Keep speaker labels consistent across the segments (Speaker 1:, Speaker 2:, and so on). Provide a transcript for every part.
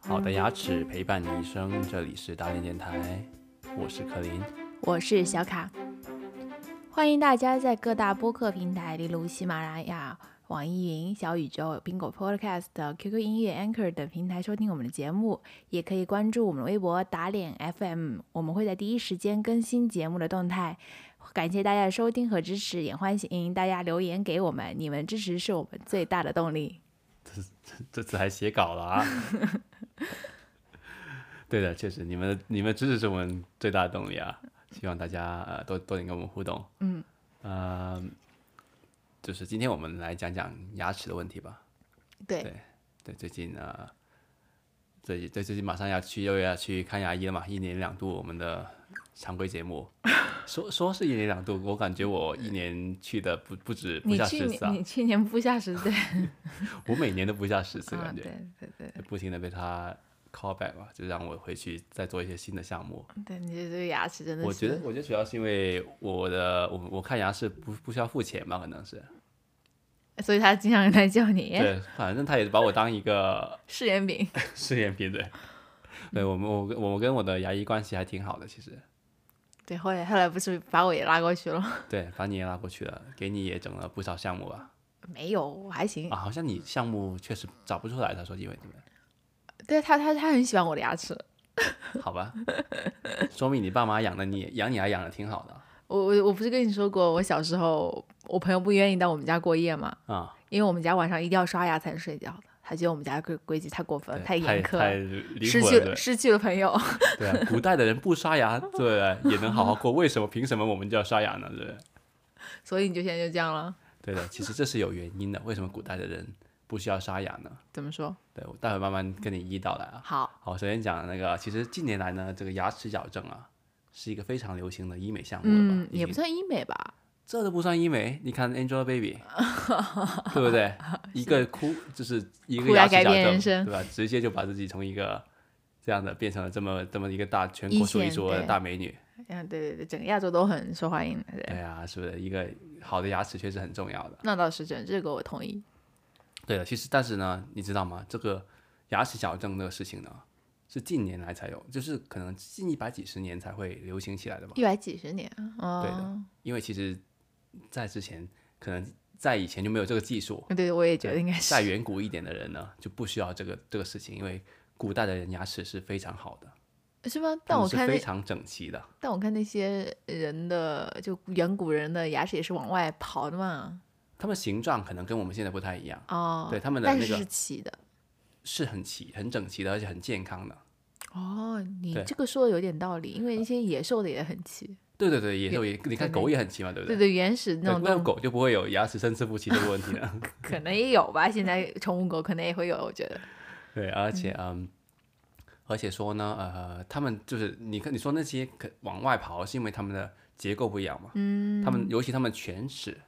Speaker 1: 好的牙齿陪伴你一生，这里是大连电台，我是柯林。
Speaker 2: 我是小卡，欢迎大家在各大播客平台，例如喜马拉雅、网易云、小宇宙、苹果 Podcast、QQ 音乐、Anchor 等平台收听我们的节目，也可以关注我们的微博打脸 FM，我们会在第一时间更新节目的动态。感谢大家的收听和支持，也欢迎大家留言给我们，你们支持是我们最大的动力。
Speaker 1: 这次还写稿了啊！ 对的，确实，你们你们支持是我们最大的动力啊！希望大家呃多多点跟我们互动。
Speaker 2: 嗯，
Speaker 1: 呃，就是今天我们来讲讲牙齿的问题吧。
Speaker 2: 对
Speaker 1: 对对，最近呃，最最最近马上要去又要去看牙医了嘛，一年两度我们的常规节目， 说说是一年两度，我感觉我一年去的不不止不
Speaker 2: 你
Speaker 1: 下
Speaker 2: 去
Speaker 1: 十次
Speaker 2: 年
Speaker 1: 啊
Speaker 2: 你，去年不下十岁
Speaker 1: 我每年都不下十次，
Speaker 2: 啊，
Speaker 1: 感觉、
Speaker 2: 对对对
Speaker 1: 不停的被他 call back 吧，就让我回去再做一些新的项目。
Speaker 2: 对，你这个牙齿真的是，
Speaker 1: 我觉得，我觉得主要是因为我的我我看牙是不不需要付钱吧，可能是
Speaker 2: 所以他经常来叫你
Speaker 1: 对，反正他也把我当一个
Speaker 2: 试验品。
Speaker 1: 试验品对。对我们，我跟我跟我的牙医关系还挺好的，其实。
Speaker 2: 对，后来后来不是把我也拉过去了？
Speaker 1: 对，把你也拉过去了，给你也整了不少项目吧？
Speaker 2: 没有，我还行。
Speaker 1: 啊，好像你项目确实找不出来，他说因为你们，
Speaker 2: 对他，他他很喜欢我的牙齿。
Speaker 1: 好 吧，说明你爸妈养的你养你还养的挺好的
Speaker 2: 我我我不是跟你说过，我小时候我朋友不愿意到我们家过夜嘛，
Speaker 1: 啊，
Speaker 2: 因为我们家晚上一定要刷牙才能睡觉的。他觉得我们家规规矩太过分，
Speaker 1: 太
Speaker 2: 严苛
Speaker 1: 太
Speaker 2: 了，
Speaker 1: 离
Speaker 2: 失
Speaker 1: 谱
Speaker 2: 去
Speaker 1: 了
Speaker 2: 了，失去了朋友。
Speaker 1: 对对啊，古代的人不刷牙，对不对，也能好好过，为什么凭什么我们就要刷牙呢？对不对？
Speaker 2: 所以你就现在就这样了？
Speaker 1: 对的，其实这是有原因的，为什么古代的人不需要刷牙呢？
Speaker 2: 怎么说？
Speaker 1: 对，我待会慢慢跟你一一道来啊。
Speaker 2: 好，
Speaker 1: 好，首先讲那个，其实近年来呢，这个牙齿矫正啊，是一个非常流行的医美项目了吧？
Speaker 2: 嗯，
Speaker 1: 已
Speaker 2: 也
Speaker 1: 经
Speaker 2: 不算医美吧，
Speaker 1: 这都不算医美，你看 Angelababy，对不对？一个哭就是一个
Speaker 2: 哭牙
Speaker 1: 齿
Speaker 2: 改
Speaker 1: 矫
Speaker 2: 变
Speaker 1: 正
Speaker 2: 人生
Speaker 1: 对吧？直接就把自己从一个这样的变成了这么这么一个大全
Speaker 2: 一
Speaker 1: 国数一
Speaker 2: 线
Speaker 1: 数二的
Speaker 2: 对
Speaker 1: 大美女。
Speaker 2: 嗯，对对对，整个亚洲都很受欢迎的。对
Speaker 1: 对啊，是不是一个好的牙齿确实很重要的？
Speaker 2: 那倒是真，这个我同意。
Speaker 1: 对的，其实但是呢，你知道吗？这个牙齿矫正这个事情呢，是近年来才有，就是可能近一百几十年才会流行起来的吧。
Speaker 2: 一百几十年，
Speaker 1: 对
Speaker 2: 哦
Speaker 1: 的，因为其实，在之前可能在以前就没有这个技术，
Speaker 2: 对对，我也觉
Speaker 1: 对
Speaker 2: 得应该是
Speaker 1: 再。远古一点的人呢，就不需要这个这个事情，因为古代的人牙齿是非常好的，
Speaker 2: 是吗？
Speaker 1: 他
Speaker 2: 但
Speaker 1: 们
Speaker 2: 我
Speaker 1: 是
Speaker 2: 看
Speaker 1: 非
Speaker 2: 那
Speaker 1: 常整齐的。
Speaker 2: 但我看那些人的就远古人的牙齿也是往外刨的嘛，
Speaker 1: 他们形状可能跟我们现在不太一样，
Speaker 2: 哦，
Speaker 1: 对他们的
Speaker 2: 但
Speaker 1: 那
Speaker 2: 是
Speaker 1: 个
Speaker 2: 是齐的。
Speaker 1: 是很齐、很整齐的，而且很健康的。
Speaker 2: 哦，你
Speaker 1: 对
Speaker 2: 这个说的有点道理，因为一些野兽的也很齐，
Speaker 1: 对对对，野兽也，你看
Speaker 2: 对
Speaker 1: 狗也很齐嘛，对不
Speaker 2: 对
Speaker 1: 对？
Speaker 2: 对，原始那
Speaker 1: 对
Speaker 2: 种
Speaker 1: 那
Speaker 2: 动物
Speaker 1: 狗就不会有牙齿参差不齐这个问题了。
Speaker 2: 可能也有吧，现在宠物狗可能也会有，我觉得。
Speaker 1: 对，而且嗯，而且说呢，呃，他们就是你看你说那些可往外刨，是因为他们的结构不一样嘛？嗯，他们尤其他们犬齿，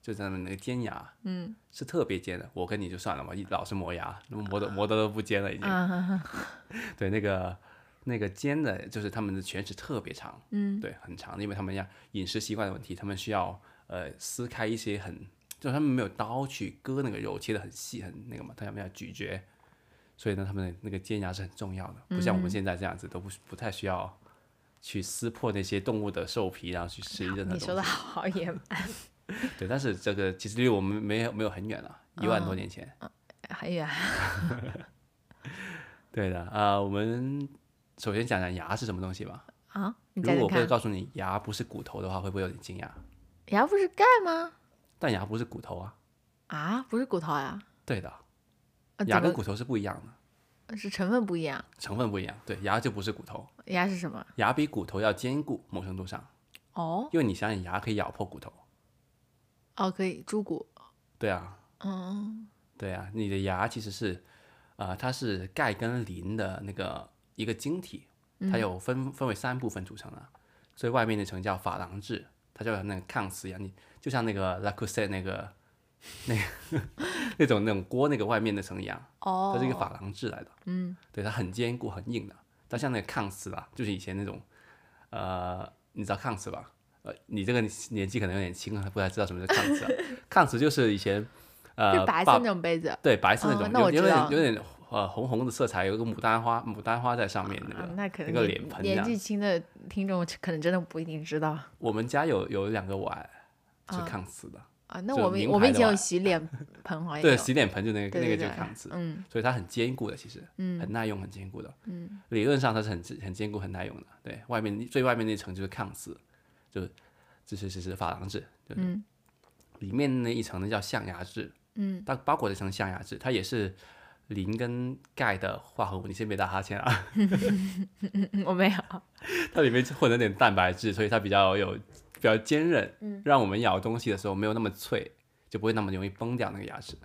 Speaker 1: 就是他们那个尖牙，嗯，是特别尖的。我跟你就算了嘛，一老是磨牙，那么磨的磨的都不尖了已经。
Speaker 2: 啊，
Speaker 1: 对，那个那个尖的，就是他们的犬齿特别长，嗯，对，很长，因为他们要饮食习惯的问题，他们需要呃撕开一些很，就是他们没有刀去割那个肉，切的很细很那个嘛，他们要咀嚼，所以呢，他们的那个尖牙是很重要的，不像我
Speaker 2: 嗯
Speaker 1: 们现在这样子都不不太需要去撕破那些动物的兽皮，然后去吃任何
Speaker 2: 你说
Speaker 1: 东
Speaker 2: 的
Speaker 1: 西，
Speaker 2: 好野蛮，
Speaker 1: 对，但是这个其实离我们没有没有很远了，一万
Speaker 2: 哦
Speaker 1: 多年前。
Speaker 2: 很远。
Speaker 1: 对的，啊，我们首先讲讲牙是什么东西吧。
Speaker 2: 啊，你
Speaker 1: 如
Speaker 2: 再
Speaker 1: 果
Speaker 2: 再
Speaker 1: 我会
Speaker 2: 看，
Speaker 1: 告诉你牙不是骨头的话，会不会有点惊讶？
Speaker 2: 牙不是钙吗？
Speaker 1: 但牙不是骨头啊，
Speaker 2: 啊，不是骨头呀、
Speaker 1: 对的，
Speaker 2: 啊，
Speaker 1: 牙
Speaker 2: 怎
Speaker 1: 跟
Speaker 2: 么
Speaker 1: 骨头是不一样的，
Speaker 2: 是成分不一样？
Speaker 1: 成分不一样。对，牙就不是骨头，
Speaker 2: 牙是什么？
Speaker 1: 牙比骨头要坚固，某程度上，
Speaker 2: 哦
Speaker 1: 因为你想想，牙可以咬破骨头。
Speaker 2: 哦，可以猪骨，
Speaker 1: 对啊，
Speaker 2: 嗯，
Speaker 1: 对啊，你的牙其实是，呃，它是钙跟磷的那个一个晶体，
Speaker 2: 嗯
Speaker 1: 它有分分为三部分组成的，所以外面那层叫珐琅质，它就有那个抗磁牙，你就像那个 l a c u s e 那个那个 那种那种锅那个外面那层一样。
Speaker 2: 哦，
Speaker 1: 它是一个珐琅质来的，嗯，对，它很坚固很硬的，它像那个抗瓷吧，就是以前那种，呃，你知道抗瓷吧？呃，你这个年纪可能有点轻啊，不太知道什么是炕瓷、啊。炕瓷就是以前呃
Speaker 2: 是白
Speaker 1: 爸
Speaker 2: 色那种杯子。
Speaker 1: 对白色那
Speaker 2: 哦
Speaker 1: 种，
Speaker 2: 那
Speaker 1: 有
Speaker 2: 我知
Speaker 1: 有点
Speaker 2: 道
Speaker 1: 有点呃红红的色彩，有一个牡丹花牡丹花在上面那
Speaker 2: 啊
Speaker 1: 个。，
Speaker 2: 那可能
Speaker 1: 那个
Speaker 2: 年
Speaker 1: 脸盆
Speaker 2: 年
Speaker 1: 呀
Speaker 2: 纪轻的听众可能真的不一定知道
Speaker 1: 我们家有有两个碗是
Speaker 2: 啊
Speaker 1: 炕瓷的，
Speaker 2: 啊。那
Speaker 1: 就
Speaker 2: 我们
Speaker 1: 名
Speaker 2: 我
Speaker 1: 牌
Speaker 2: 们以
Speaker 1: 的
Speaker 2: 前有
Speaker 1: 碗
Speaker 2: 洗脸 盆，好像
Speaker 1: 对
Speaker 2: 有
Speaker 1: 洗脸盆就那个
Speaker 2: 哎对
Speaker 1: 那
Speaker 2: 对
Speaker 1: 个
Speaker 2: 对
Speaker 1: 就是炕瓷，
Speaker 2: 嗯
Speaker 1: 所以它很坚固的，其实
Speaker 2: 嗯
Speaker 1: 很耐用，很坚固的。
Speaker 2: 嗯，
Speaker 1: 理论上它是很很坚固、很耐用的。对外面最外面那层就是抗瓷，就是就是就是珐琅质，就是、
Speaker 2: 嗯
Speaker 1: 里面那一层呢叫象牙质，
Speaker 2: 嗯，
Speaker 1: 它包裹了一层象牙质，它也是磷跟钙的化合物。你先别打哈欠啊，
Speaker 2: 嗯我没有。
Speaker 1: 它里面混了点蛋白质，所以它比较有比较坚韧，让我们咬东西的时候没有那么脆，就不会那么容易崩掉那个牙齿。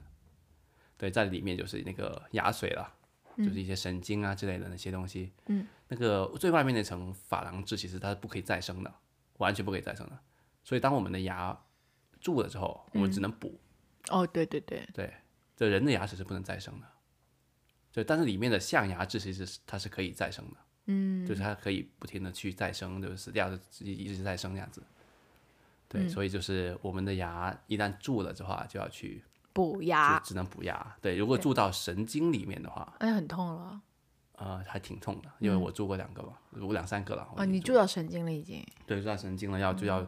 Speaker 1: 对，在里面就是那个牙髓了，就是一些神经啊之类的那些东西。
Speaker 2: 嗯，
Speaker 1: 那个最外面那层珐琅质其实它是不可以再生的，完全不可以再生的。所以当我们的牙蛀了之后，我们只能补。
Speaker 2: 哦，对对对，
Speaker 1: 对，这人的牙齿是不能再生的。对，但是里面的象牙质其实是它是可以再生的，
Speaker 2: 嗯，
Speaker 1: 就是它可以不停的去再生，就是死掉就一一直再生这样子。对，
Speaker 2: 嗯
Speaker 1: 所以就是我们的牙一旦蛀了的话，就要去
Speaker 2: 补
Speaker 1: 就
Speaker 2: 牙，
Speaker 1: 只能补牙。对，如果
Speaker 2: 对
Speaker 1: 蛀到神经里面的话，
Speaker 2: 哎，很痛了。
Speaker 1: 呃，还挺痛的，因为我蛀过两个吧，我两三个了。我
Speaker 2: 嗯哦，
Speaker 1: 已经
Speaker 2: 你蛀到神经了已经。
Speaker 1: 对，蛀到神经了，要就要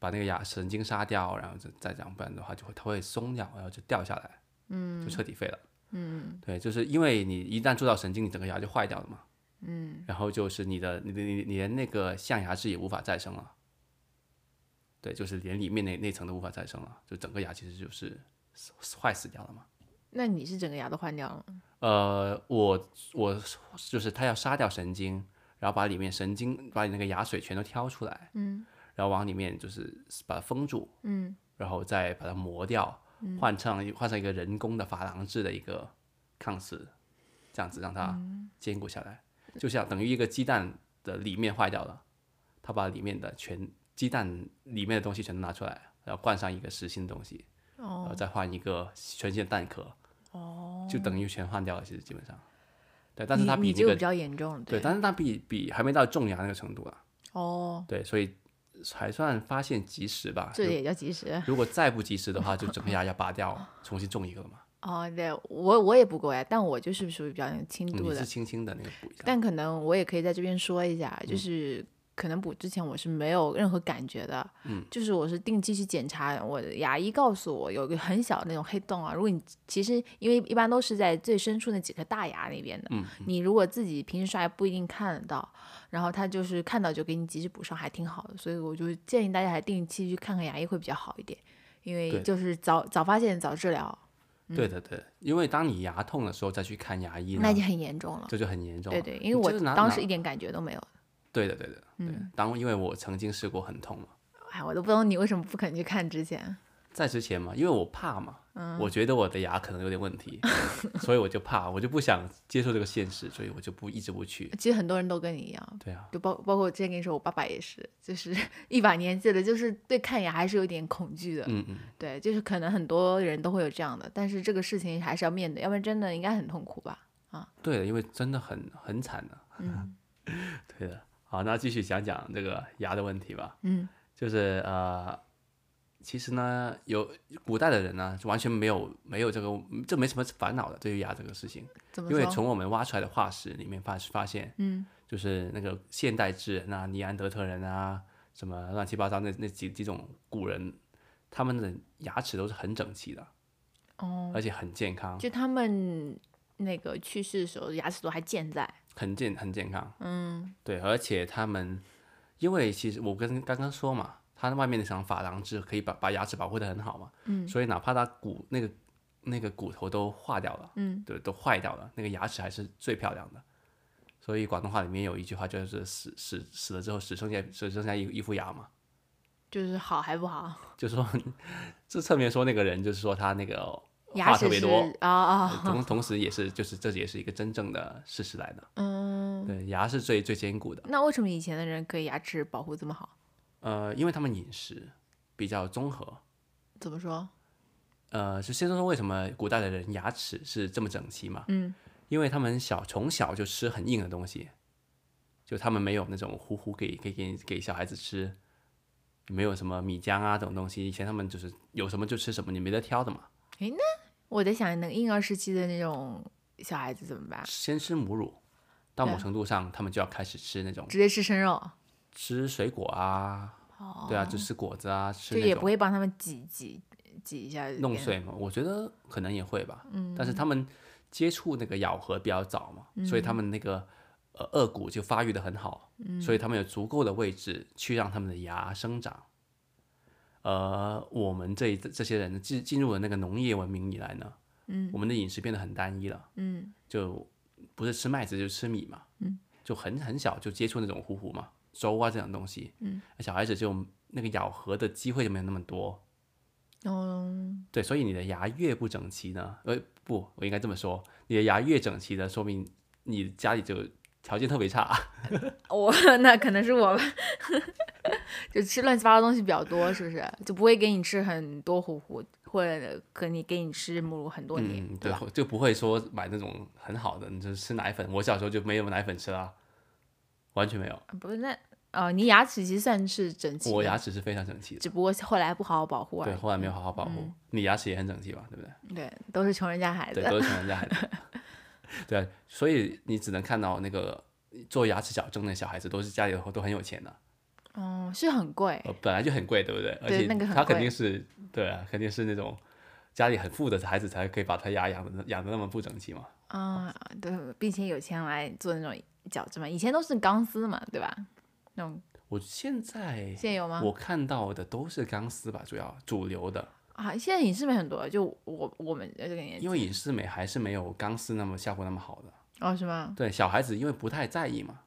Speaker 1: 把那个牙神经杀掉，然后再再这样，不然的话就会它会松掉，然后就掉下来，嗯，就彻底废了。嗯，对，就是因为你一旦蛀到神经，你整个牙就坏掉了嘛。嗯，然后就是你的你的你你连那个象牙质也无法再生了。对，就是连里面那那层都无法再生了，就整个牙其实就是坏死掉了嘛。
Speaker 2: 那你是整个牙都换掉了吗？
Speaker 1: 呃，我我就是他要杀掉神经，然后把里面神经把你那个牙髓全都挑出来，嗯，然后往里面就是把它封住，
Speaker 2: 嗯，
Speaker 1: 然后再把它磨掉，换上一换上一个人工的珐琅质的一个抗瓷，这样子让它
Speaker 2: 嗯
Speaker 1: 坚固下来，就像等于一个鸡蛋的里面坏掉了，他把里面的全鸡蛋里面的东西全都拿出来，然后灌上一个实心的东西，然后
Speaker 2: 哦
Speaker 1: 再换一个全新的蛋壳，
Speaker 2: 哦，
Speaker 1: 就等于全换掉了，其实基本上。对，但是它
Speaker 2: 你
Speaker 1: 比
Speaker 2: 你
Speaker 1: 那
Speaker 2: 这个
Speaker 1: 个
Speaker 2: 比较严重了，
Speaker 1: 对，但是它比比还没到种牙那个程度啊。
Speaker 2: 哦，
Speaker 1: 对，所以还算发现及时吧。
Speaker 2: 这
Speaker 1: 如
Speaker 2: 也叫及时。
Speaker 1: 如果再不及时的话，就整个牙要拔掉，重新种一个了嘛。
Speaker 2: 哦，对我我也补过呀，但我就是属于比较轻
Speaker 1: 嗯
Speaker 2: 度
Speaker 1: 你
Speaker 2: 的
Speaker 1: 是，轻轻的那个补一下。
Speaker 2: 但可能我也可以在这边说一下，
Speaker 1: 嗯
Speaker 2: 就是可能补之前我是没有任何感觉的，
Speaker 1: 嗯，
Speaker 2: 就是我是定期去检查，我的牙医告诉我有一个很小的那种黑洞啊，如果你其实因为一般都是在最深处那几颗大牙那边的，
Speaker 1: 嗯，
Speaker 2: 你如果自己平时刷牙不一定看得到，然后他就是看到就给你及时补上，还挺好的，所以我就建议大家还定期去看看牙医会比较好一点，因为
Speaker 1: 对
Speaker 2: 就是早早发现早治疗，
Speaker 1: 对的，对的，因为当你牙痛的时候再去看牙医呢
Speaker 2: 那，就很严重了。
Speaker 1: 这就很严重
Speaker 2: 对
Speaker 1: 了。
Speaker 2: 对，因为
Speaker 1: 就是
Speaker 2: 我
Speaker 1: 拿
Speaker 2: 当
Speaker 1: 拿
Speaker 2: 时一嗯点感觉都没有。
Speaker 1: 对的，对的，对。当因为我曾经试过很痛嘛，
Speaker 2: 哎，我都不懂你为什么不肯去看之前。
Speaker 1: 在之前嘛，因为我怕嘛，
Speaker 2: 嗯
Speaker 1: 我觉得我的牙可能有点问题， 所以我就怕，我就不想接受这个现实，所以我就不一直不去。
Speaker 2: 其实很多人都跟你一样，
Speaker 1: 对啊，
Speaker 2: 就包包括我之前跟你说，我爸爸也是，就是 一把年纪了，就是对看牙还是有点恐惧的。
Speaker 1: 嗯嗯，
Speaker 2: 对，就是可能很多人都会有这样的，但是这个事情还是要面对，要不然真的应该很痛 苦吧？
Speaker 1: 对的，因为真的很很惨的、
Speaker 2: 嗯
Speaker 1: 对的，好，那继续讲讲这个牙的问题吧。
Speaker 2: 嗯
Speaker 1: 就是呃，其实呢，有古代的人呢，就完全没有没有这个，这没什么烦恼的，对于牙这个事情，
Speaker 2: 怎么
Speaker 1: 因为
Speaker 2: 说？
Speaker 1: 从我们挖出来的化石里面发发现，
Speaker 2: 嗯
Speaker 1: 就是那个现代智人啊、尼安德特人啊，什么乱七八糟那那几几种古人，他们的牙齿都是很整齐的，
Speaker 2: 哦，
Speaker 1: 而且很健康，
Speaker 2: 就他们那个去世的时候，牙齿都还健在。
Speaker 1: 很健很健康。
Speaker 2: 嗯
Speaker 1: 对，而且他们，因为其实我跟刚刚说嘛，它外面那层珐琅质可以把把牙齿保护的很好嘛，
Speaker 2: 嗯
Speaker 1: 所以哪怕它骨那个那个骨头都化掉了，
Speaker 2: 嗯，
Speaker 1: 对，都坏掉了，那个牙齿还是最漂亮的。所以广东话里面有一句话就是死死死了之后只剩下只剩下一一副牙嘛，
Speaker 2: 就是好还不好，
Speaker 1: 就说 这侧面说那个人就是说他那个
Speaker 2: 牙
Speaker 1: 话特
Speaker 2: 齿
Speaker 1: 别
Speaker 2: 是
Speaker 1: 多，哎
Speaker 2: 啊啊、
Speaker 1: 同同时也是就是这也是一个真正的事实来的，
Speaker 2: 嗯。
Speaker 1: 对，牙是最最坚固的。
Speaker 2: 那为什么以前的人可以牙齿保护这么好？
Speaker 1: 呃，因为他们饮食比较综合，
Speaker 2: 怎么说？
Speaker 1: 呃，就先说说为什么古代的人牙齿是这么整齐嘛？
Speaker 2: 嗯，
Speaker 1: 因为他们小从小就吃很硬的东西，就他们没有那种糊糊给给给给小孩子吃，没有什么米浆啊这种东西，以前他们就是有什么就吃什么，你没得挑的嘛。
Speaker 2: 我在想，那个婴儿时期的那种小孩子怎么办？
Speaker 1: 先吃母乳，到某
Speaker 2: 对
Speaker 1: 程度上，他们就要开始吃那种
Speaker 2: 直接吃生肉，
Speaker 1: 吃水果啊，
Speaker 2: 哦
Speaker 1: 对啊，就吃果子啊，吃
Speaker 2: 就
Speaker 1: 那
Speaker 2: 也不
Speaker 1: 种
Speaker 2: 会帮他们挤挤挤一下
Speaker 1: 弄
Speaker 2: 变
Speaker 1: 碎嘛。我觉得可能也会吧，嗯，但是他们接触那个咬合比较早嘛，所以他们那个呃颚骨就发育的很好，所以他们有足够的位置去让他们的牙生长。而我们这一这些人进进入了那个农业文明以来呢，嗯，我们的饮食变得很单一了，嗯，就不是吃麦子就是吃米嘛，嗯，就很很小就接触那种糊糊嘛粥啊这种东西，嗯，小孩子就那个咬合的机会就没有那么多，
Speaker 2: 嗯，
Speaker 1: 对，所以你的牙越不整齐呢，呃，不，我应该这么说，你的牙越整齐的，说明你家里就条件特别差。
Speaker 2: 我那可能是我吧， 就吃乱七八糟东西比较多，是不是？就不会给你吃很多糊糊，或者可你给你吃母乳很多年，
Speaker 1: 嗯，对
Speaker 2: 对吧？，
Speaker 1: 就不会说买那种很好的，你就是吃奶粉。我小时候就没有奶粉吃啊，完全没有。
Speaker 2: 不是那哦，你牙齿其实算是整齐的，
Speaker 1: 我牙齿是非常整齐的，
Speaker 2: 只不过后来不好好保护而
Speaker 1: 对，
Speaker 2: 已。
Speaker 1: 后来没有好好保护。
Speaker 2: 嗯
Speaker 1: 你牙齿也很整齐吧？对不 对？
Speaker 2: 对，都是穷人家孩
Speaker 1: 对，
Speaker 2: 子。
Speaker 1: 都是穷人家孩子。 对啊，所以你只能看到那个做牙齿矫正的小孩子，都是家里都很有钱的、
Speaker 2: 哦，是很贵，
Speaker 1: 呃，本来就很贵，对不对？而
Speaker 2: 对
Speaker 1: 且
Speaker 2: 那个很
Speaker 1: 他肯
Speaker 2: 贵
Speaker 1: 定是对啊，肯定是那种家里很富的孩子才可以把他牙养的养的那么不整齐嘛。
Speaker 2: 啊、对，并且有钱来做那种矫正嘛，以前都是钢丝嘛，对吧？那种
Speaker 1: 我现在
Speaker 2: 现在有吗？
Speaker 1: 我看到的都是钢丝吧，主要主流的，
Speaker 2: 啊，现在影视美很多，就我我们这个年纪
Speaker 1: 因为隐适美还是没有钢丝那么效果那么好的。
Speaker 2: 哦，是吗？
Speaker 1: 对，小孩子因为不太在意嘛，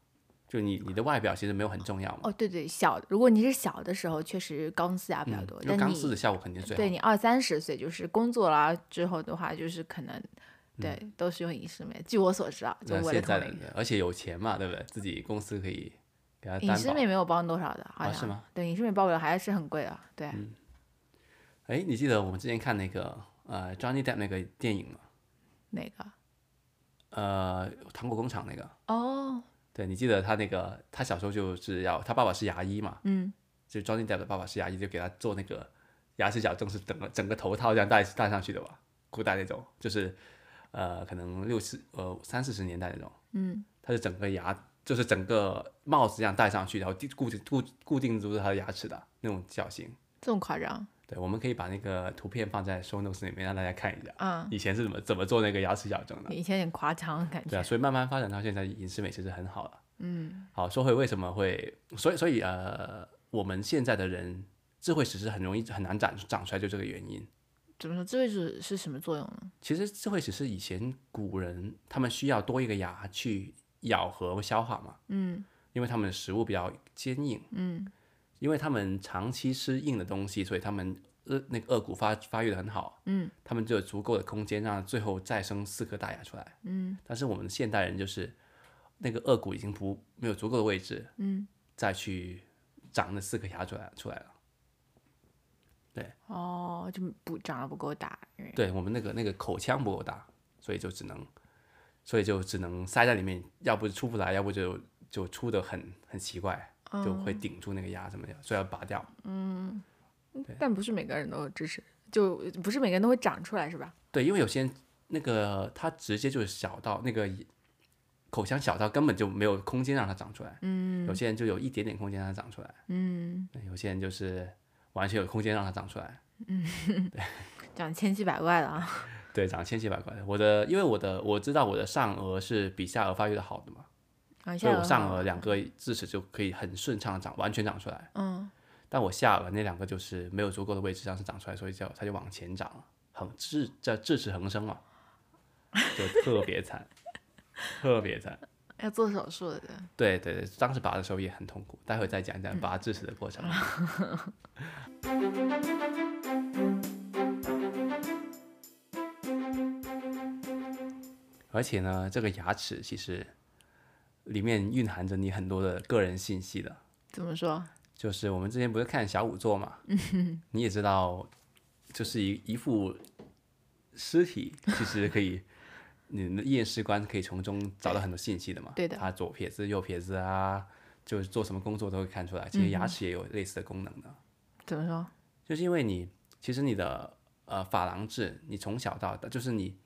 Speaker 1: 就你你的外表其实没有很重要嘛。
Speaker 2: 哦，对对，小，如果你是小的时候，确实钢丝啊牙比较
Speaker 1: 嗯
Speaker 2: 多，，
Speaker 1: 因为
Speaker 2: 但
Speaker 1: 钢
Speaker 2: 你
Speaker 1: 丝的效果肯定是最好
Speaker 2: 对
Speaker 1: 的。
Speaker 2: 你二三十岁，就是工作了之后的话，就是可能对、都是用隐适美。据我所知啊，就
Speaker 1: 嗯那
Speaker 2: 我的
Speaker 1: 现在
Speaker 2: 同
Speaker 1: 的
Speaker 2: 龄，
Speaker 1: 而且有钱嘛，对不对？自己公司可以给他
Speaker 2: 隐
Speaker 1: 担
Speaker 2: 适
Speaker 1: 保
Speaker 2: 美。没有帮多少的，好
Speaker 1: 啊
Speaker 2: 像、
Speaker 1: 是吗嗯
Speaker 2: 对，隐适美报表还是很贵的，对，
Speaker 1: 哎，你记得我们之前看那个呃 Johnny Depp 那个电影吗？
Speaker 2: 那个
Speaker 1: 呃，糖果工厂那个，
Speaker 2: 哦，
Speaker 1: 对你记得他那个，他小时候就是要他爸爸是牙医嘛，
Speaker 2: 嗯，
Speaker 1: 就 Johnny Depp 的爸爸是牙医，就给他做那个牙齿矫正，是整个整个头套这样戴戴上去的吧，古代那种，就是呃可能六十呃三四十年代那种，
Speaker 2: 嗯，
Speaker 1: 他是整个牙就是整个帽子这样戴上去，然后地固定固固定住他的牙齿的那种造型。
Speaker 2: 这么夸张，
Speaker 1: 对，我们可以把那个图片放在 show notes 里面让大家看一下，
Speaker 2: 嗯，
Speaker 1: 以前是怎么怎么做那个牙齿矫正的。
Speaker 2: 以前有点夸张的感
Speaker 1: 对啊，
Speaker 2: 觉，
Speaker 1: 所以慢慢发展到现在，饮食美其实很好了。嗯，好，说回为什么会，所以所以呃，我们现在的人智慧齿是很容易很难长长出来，就这个原因。
Speaker 2: 怎么说？这位置是什么作用呢？
Speaker 1: 其实智慧齿是以前古人他们需要多一个牙去咬合和消化嘛，
Speaker 2: 嗯
Speaker 1: 因为他们的食物比较坚硬，
Speaker 2: 嗯
Speaker 1: 因为他们长期吃硬的东西，所以他们颚那个颚骨发发育的很好，
Speaker 2: 嗯，
Speaker 1: 他们就有足够的空间让最后再生四颗大牙出来。
Speaker 2: 嗯
Speaker 1: 但是我们现代人就是那个颚骨已经不没有足够的位置，
Speaker 2: 嗯，
Speaker 1: 再去长那四颗牙出来出来了。
Speaker 2: 哦，就不长得不够大，因为
Speaker 1: 对我们那个那个口腔不够大，所以就只能，所以就只能塞在里面，要不出不来，要不就就出的很很奇怪，就会顶住那个牙什么的，所以要拔掉。
Speaker 2: 但不是每个人都有智齿，就不是每个人都会长出来，是吧？
Speaker 1: 对，因为有些人那个它直接就是小到那个口腔小到根本就没有空间让它长出来，嗯，有些人就有一点点空间让它长出来，嗯，有些人就是完全有空间让它长出来，
Speaker 2: 长千奇百怪的啊。
Speaker 1: 对，长得千奇百怪的。我的因为我的我知道我的上颚是比下颚发育的好的嘛，
Speaker 2: 啊，
Speaker 1: 所以我
Speaker 2: 下颚
Speaker 1: 上
Speaker 2: 好
Speaker 1: 颚两个智齿就可以很顺畅的长，完全长出来，
Speaker 2: 嗯，
Speaker 1: 但我下颚那两个就是没有足够的位置让它长出来，所以就它就往前长了，横智叫智齿横生嘛，就特别惨，特别惨。
Speaker 2: 要做手术的，
Speaker 1: 对对对，当时拔的时候也很痛苦，待会再讲讲拔智齿的过程。 而且呢，这个牙齿其实里面蕴含着你很多的个人信息的，
Speaker 2: 怎么说？
Speaker 1: 就是我们之前不是看小仵作嘛，你也知道，就是一一副尸体，其实可以，你的验尸官可以从中找到很多信息的嘛。
Speaker 2: 对的
Speaker 1: 他
Speaker 2: 嗯
Speaker 1: 左撇子、右撇子啊，就是做什么工作都会看出来。其实牙齿也有类似的功能的。
Speaker 2: 怎么说？
Speaker 1: 就是因为你其实你的呃珐琅质，你从小到大就是你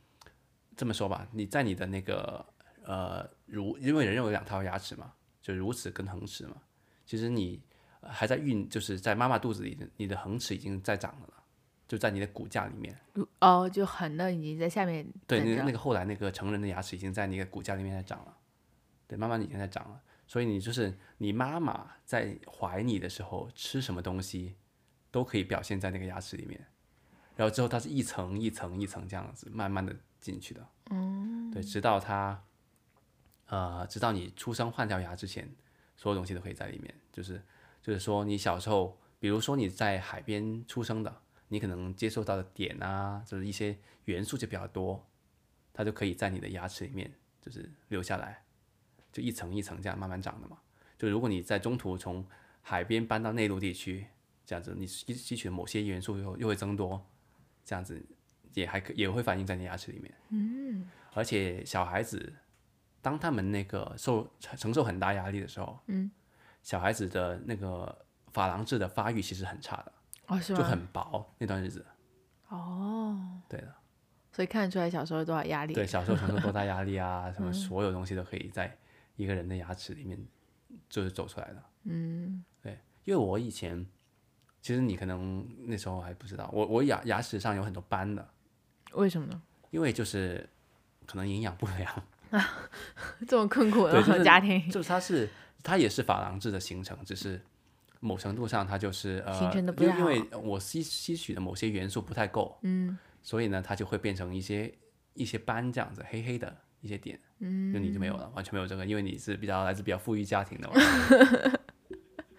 Speaker 1: 这么说吧，你在你的那个呃乳，因为人有两套牙齿嘛，就乳齿跟恒齿嘛，其实你呃还在孕，就是在妈妈肚子里，你的恒齿已经在长了啦，就在你的骨架里面。
Speaker 2: 如哦，就横的已经在下面
Speaker 1: 对，
Speaker 2: 等
Speaker 1: 那
Speaker 2: 着
Speaker 1: 那个后来那个成人的牙齿已经在那个骨架里面在长了，对，慢慢已经在长了。所以你就是你妈妈在怀你的时候吃什么东西，都可以表现在那个牙齿里面。然后之后它是一层一层一层这样子慢慢的进去的，嗯，对，直到它，呃，直到你出生换掉牙之前，所有东西都可以在里面。就是就是说你小时候，比如说你在海边出生的，你可能接受到的点啊，就是一些元素就比较多，它就可以在你的牙齿里面就是留下来，就一层一层这样慢慢长的嘛。就如果你在中途从海边搬到内陆地区，这样子你吸吸取的某些元素又又会增多，这样子也还可也会反映在你牙齿里面。嗯，而且小孩子当他们那个受承受很大压力的时候，嗯，小孩子的那个珐琅质的发育其实很差的，
Speaker 2: 哦，是
Speaker 1: 就
Speaker 2: 吗？
Speaker 1: 很薄那段日子。
Speaker 2: 哦，
Speaker 1: 对的，
Speaker 2: 所以看得出来小时候有多少压力。嗯
Speaker 1: 对，小时候承受多大压力 啊，什么所有东西都可以在一个人的牙齿里面就是走出来的。嗯，对，因为我以前其实你可能那时候还不知道，我我牙牙齿上有很多斑的，
Speaker 2: 为什么呢？
Speaker 1: 因为就是可能营养不良，
Speaker 2: 这么困苦
Speaker 1: 对，就
Speaker 2: 的
Speaker 1: 是
Speaker 2: 家庭
Speaker 1: 就是它是它也是珐琅质的形成，只是某程度上它就是呃，
Speaker 2: 形成得不
Speaker 1: 因
Speaker 2: 太
Speaker 1: 为因为我吸吸取的某些元素不太够，嗯，所以呢，它就会变成一些一些斑这样子，黑黑的一些点，嗯，就你就没有了，完全没有这个，因为你是比较来自比较富裕家庭的 嘛，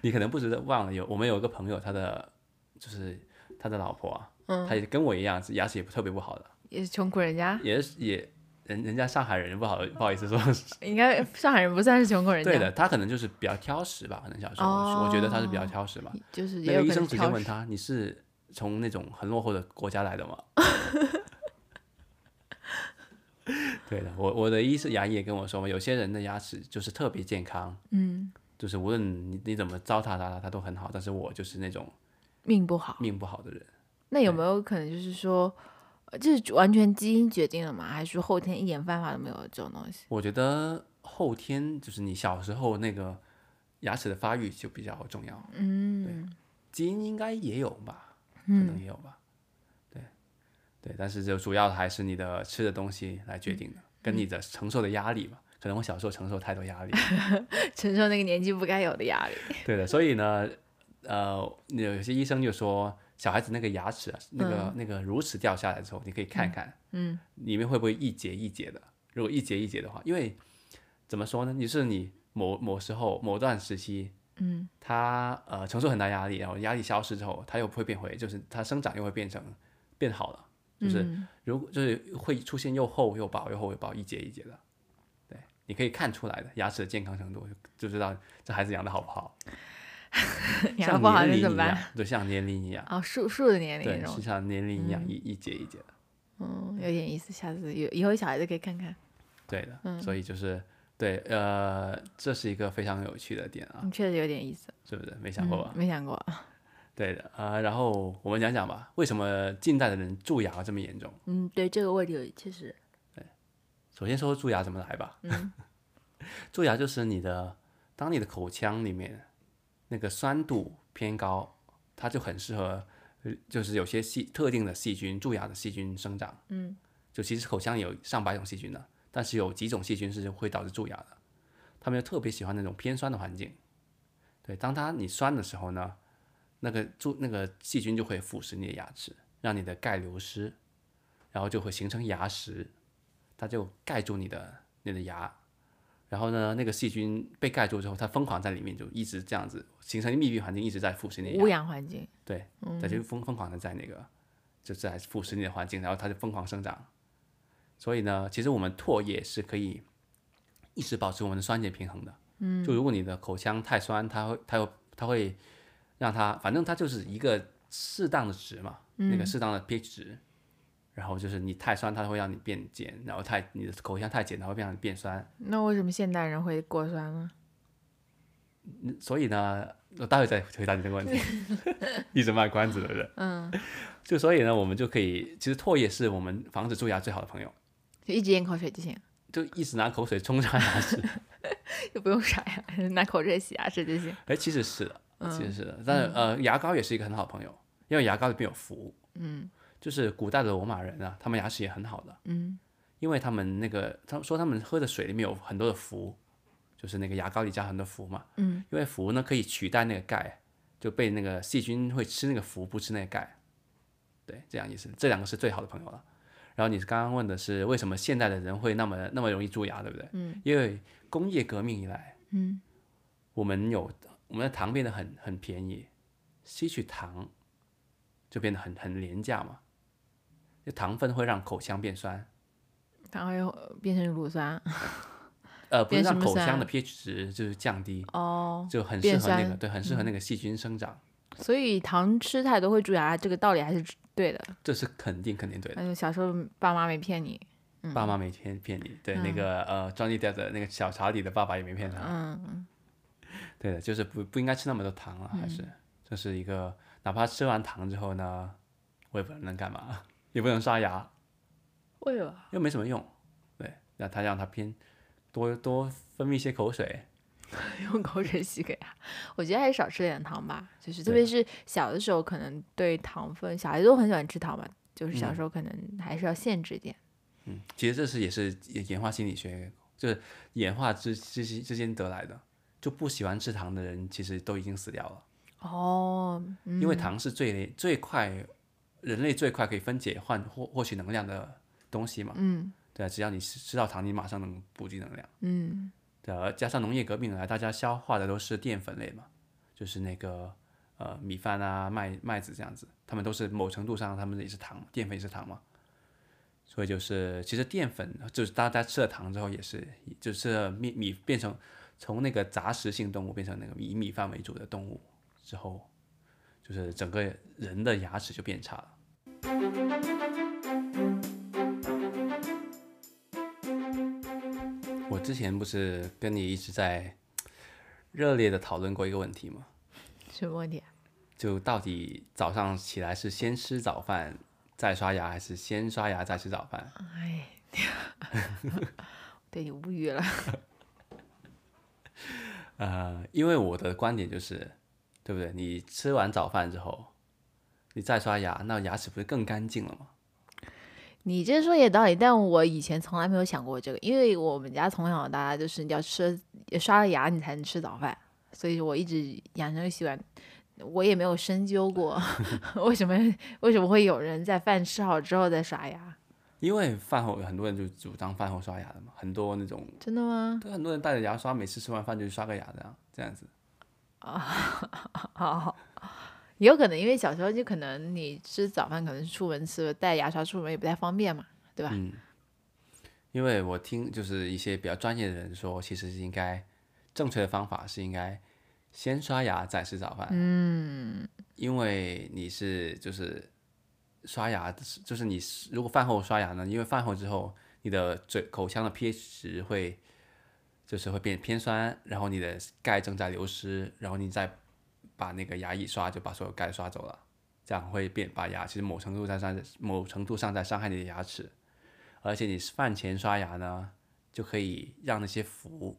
Speaker 1: 你可能不知道忘了有我们有一个朋友，他的就是他的老婆啊，嗯，他也跟我一样，牙齿也不特别不好的，
Speaker 2: 也是穷苦人家，
Speaker 1: 也是也。人人家上海人不好不好意思说
Speaker 2: 应该上海人不算是穷苦人家。
Speaker 1: 对的，他可能就是比较挑食吧，可能小时候我是我觉得他是比较挑食吧。
Speaker 2: 就是
Speaker 1: 那
Speaker 2: 也有
Speaker 1: 个医
Speaker 2: 可能
Speaker 1: 生直接
Speaker 2: 挑
Speaker 1: 问
Speaker 2: 食。
Speaker 1: 他：“你是从那种很落后的国家来的 吗？”对的，我我的医生牙医也跟我说嘛，有些人的牙齿就是特别健康，
Speaker 2: 嗯，
Speaker 1: 就是无论你你怎么糟蹋它，它都很好。但是我就是那种
Speaker 2: 命不好。
Speaker 1: 命不好的人，
Speaker 2: 那有没有可能就是说，呃这是完全基因决定的吗？还是说后天一点办法都没有这种东西？
Speaker 1: 我觉得后天就是你小时候那个牙齿的发育就比较重要，
Speaker 2: 嗯，
Speaker 1: 基因应该也有吧，可能也有吧，对，对，但是就主要还是你的吃的东西来决
Speaker 2: 嗯
Speaker 1: 定的，跟你的承受的压力吧。可能我小时候承受太多 压力，
Speaker 2: 承受那个年纪不该有的压力。
Speaker 1: 对的，所以呢，呃，有些医生就说，小孩子那个牙齿啊，那个、那个乳齿掉下来之后，你可以看看，
Speaker 2: 嗯，
Speaker 1: 里面会不会一节一节的？如果一节一节的话，因为怎么说呢，就是你某某时候某段时期，
Speaker 2: 嗯，
Speaker 1: 它呃承受很大压力，然后压力消失之后，它又不会变回，就是它生长又会变成变好了，就是
Speaker 2: 嗯
Speaker 1: 如果就是会出现又厚又薄又厚又薄一节一节的，对，你可以看出来的牙齿的健康程度，就知道这孩子养的好不好。
Speaker 2: 养
Speaker 1: 像
Speaker 2: 得不好
Speaker 1: 年
Speaker 2: 那
Speaker 1: 龄
Speaker 2: 怎么
Speaker 1: 一样
Speaker 2: 办？
Speaker 1: 对，像年龄一 样，
Speaker 2: 哦，树树的年龄
Speaker 1: 对
Speaker 2: 那，种
Speaker 1: 是，像年龄一样一一节一节的。
Speaker 2: 嗯，有点意思。下次有以后有小孩子可以看看。
Speaker 1: 啊对的，
Speaker 2: 嗯
Speaker 1: 所以就是对，呃，这是一个非常有趣的点啊，
Speaker 2: 嗯，确实有点意思，
Speaker 1: 是不是？没想过吧？
Speaker 2: 嗯没想过。
Speaker 1: 对的，呃，然后我们讲讲吧，为什么近代的人蛀牙这么严重？
Speaker 2: 嗯，对这个问题确实，
Speaker 1: 首先说蛀牙怎么来吧。 蛀牙就是你的，当你的口腔里面那个酸度偏高，它就很适合，呃就是有些细特定的细菌，蛀牙的细菌生长。嗯，就其实口腔里有上百种细菌的，但是有几种细菌是会导致蛀牙的。它们就特别喜欢那种偏酸的环境。对，当它你酸的时候呢，那个蛀那个细菌就会腐蚀你的牙齿，让你的钙流失，然后就会形成牙石。它就盖住你的你的牙，然后呢，那个细菌被盖住之后，它疯狂在里面就一直这样子形成密闭环境，一直在腐蚀你的
Speaker 2: 污
Speaker 1: 牙，
Speaker 2: 染环境。
Speaker 1: 对，它就疯疯狂的在那个就在腐蚀你的环境，然后它就疯狂生长。所以呢，其实我们唾液是可以一直保持我们的酸碱平衡的。嗯，就如果你的口腔太酸，它会它会它会让它，反正它就是一个适当的值嘛，那个适当的 pH 值。然后就是你太酸，它会让你变碱；然后太你的口腔太碱，它会让你变酸。
Speaker 2: 那为什么现代人会过酸呢？
Speaker 1: 嗯所以呢，我待会再回答你这个问 题，一直卖关子的人。
Speaker 2: 嗯，
Speaker 1: 就所以呢，我们就可以，其实唾液是我们防止蛀牙最好的朋友，
Speaker 2: 就一直咽口水就行，
Speaker 1: 就一直拿口水冲刷牙齿。
Speaker 2: 就不用刷牙， 拿口水洗牙齿就行。
Speaker 1: 哎，其实是的，
Speaker 2: 嗯
Speaker 1: 其实是的，但是呃，牙膏也是一个很好的朋友，因为牙膏里面有氟。
Speaker 2: 嗯
Speaker 1: 就是古代的罗马人啊，他们牙齿也很好的，
Speaker 2: 嗯
Speaker 1: 因为他们那个，他们说他们喝的水里面有很多的氟，就是那个牙膏里加很多氟嘛，
Speaker 2: 嗯，
Speaker 1: 因为氟呢可以取代那个钙，就被那个细菌会吃那个氟，不吃那个钙，对，这样意思，这两个是最好的朋友了。然后你刚刚问的是为什么现代的人会那么那么容易蛀牙，对不对？
Speaker 2: 嗯，
Speaker 1: 因为工业革命以来，
Speaker 2: 嗯，
Speaker 1: 我们有我们的糖变得很很便宜，吸取糖就变得很很廉价嘛。就糖分会让口腔变酸，
Speaker 2: 然后又变成乳酸
Speaker 1: 呃，不是
Speaker 2: 变什
Speaker 1: 让
Speaker 2: 么
Speaker 1: 口
Speaker 2: 酸
Speaker 1: 腔的 pH 值就是降低，
Speaker 2: 哦，
Speaker 1: 就很适
Speaker 2: 变
Speaker 1: 合那个
Speaker 2: 酸嗯
Speaker 1: 对，很适合那个细菌生长，
Speaker 2: 所以糖吃太多会蛀牙，这个道理还是对的。
Speaker 1: 这是肯定肯定对的。
Speaker 2: 嗯，小时候爸妈没骗你，
Speaker 1: 爸妈没骗骗你，对、那
Speaker 2: 嗯
Speaker 1: 个呃，Johnny Depp 的那个小茶底的爸爸也没骗他，
Speaker 2: 嗯，
Speaker 1: 对的，就是不不应该吃那么多糖了，还是、这是一个，哪怕吃完糖之后呢，我也不能干嘛， 也不能刷牙，
Speaker 2: 为了
Speaker 1: 又没什么用。对，那他让他偏多多分泌一些口水，
Speaker 2: 用口水洗给他， 我觉得还是少吃点糖吧。就是特别是小的时候，可能对糖分，小孩都很喜欢吃糖嘛，就是小时候可能还是要限制一点。
Speaker 1: 嗯，其实这是也是也演化心理学，就是演化之之之间得来的。就不喜欢吃糖的人，其实都已经死掉了，
Speaker 2: 哦，嗯
Speaker 1: 因为糖是最最快人类最快可以分解换获获取能量的东西嘛。
Speaker 2: 嗯
Speaker 1: 对啊，只要你吃吃到糖，你马上能补给能量。
Speaker 2: 嗯
Speaker 1: 对啊，而加上农业革命来，大家消化的都是淀粉类嘛，就是那个呃米饭啊、麦麦子这样子，他们都是某程度上他们也是糖嘛，淀粉也是糖嘛，所以就是其实淀粉就是大家吃了糖之后也是，就是米米变成从那个杂食性动物变成那个以米饭为主的动物之后，就是整个人的牙齿就变差了。我之前不是跟你一直在热烈的讨论过一个问题吗？
Speaker 2: 什么问题啊、
Speaker 1: 就到底早上起来是先吃早饭再刷牙，还是先刷牙再吃早饭？
Speaker 2: 哎， 对你无语了。
Speaker 1: 呃，因为我的观点就是，对不对？你吃完早饭之后，你再刷牙，那牙齿不是更干净了吗？
Speaker 2: 你这说也有道理，但我以前从来没有想过这个，因为我们家从小到大就是你要吃刷了牙你才能吃早饭，所以我一直养成个习惯，我也没有深 究过为什么为什么会有人在饭吃好之后再刷牙，
Speaker 1: 因为饭后很多人就主张饭后刷牙的嘛，很多那种，
Speaker 2: 真的吗？
Speaker 1: 对，很多人带着牙刷，每次吃完饭就去刷个牙的啊，这样子。
Speaker 2: 哦，也有可能因为小时候就可能你吃早饭可能是出门吃，带牙刷出门也不太方便嘛，对吧？
Speaker 1: 嗯，因为我听就是一些比较专业的人说，其实是应该正确的方法是应该先刷牙再吃早饭。嗯，因为你是就是刷牙，就是你是如果饭后刷牙呢，因为饭后之后你的嘴口腔的 pH 值会就是会变偏酸，然后你的钙正在流失，然后你再把那个牙一刷就把所有钙刷走了。这样会变把牙，其实某程度上在某程度上在伤害你的牙齿，而且你饭前刷牙呢，就可以让那些氟，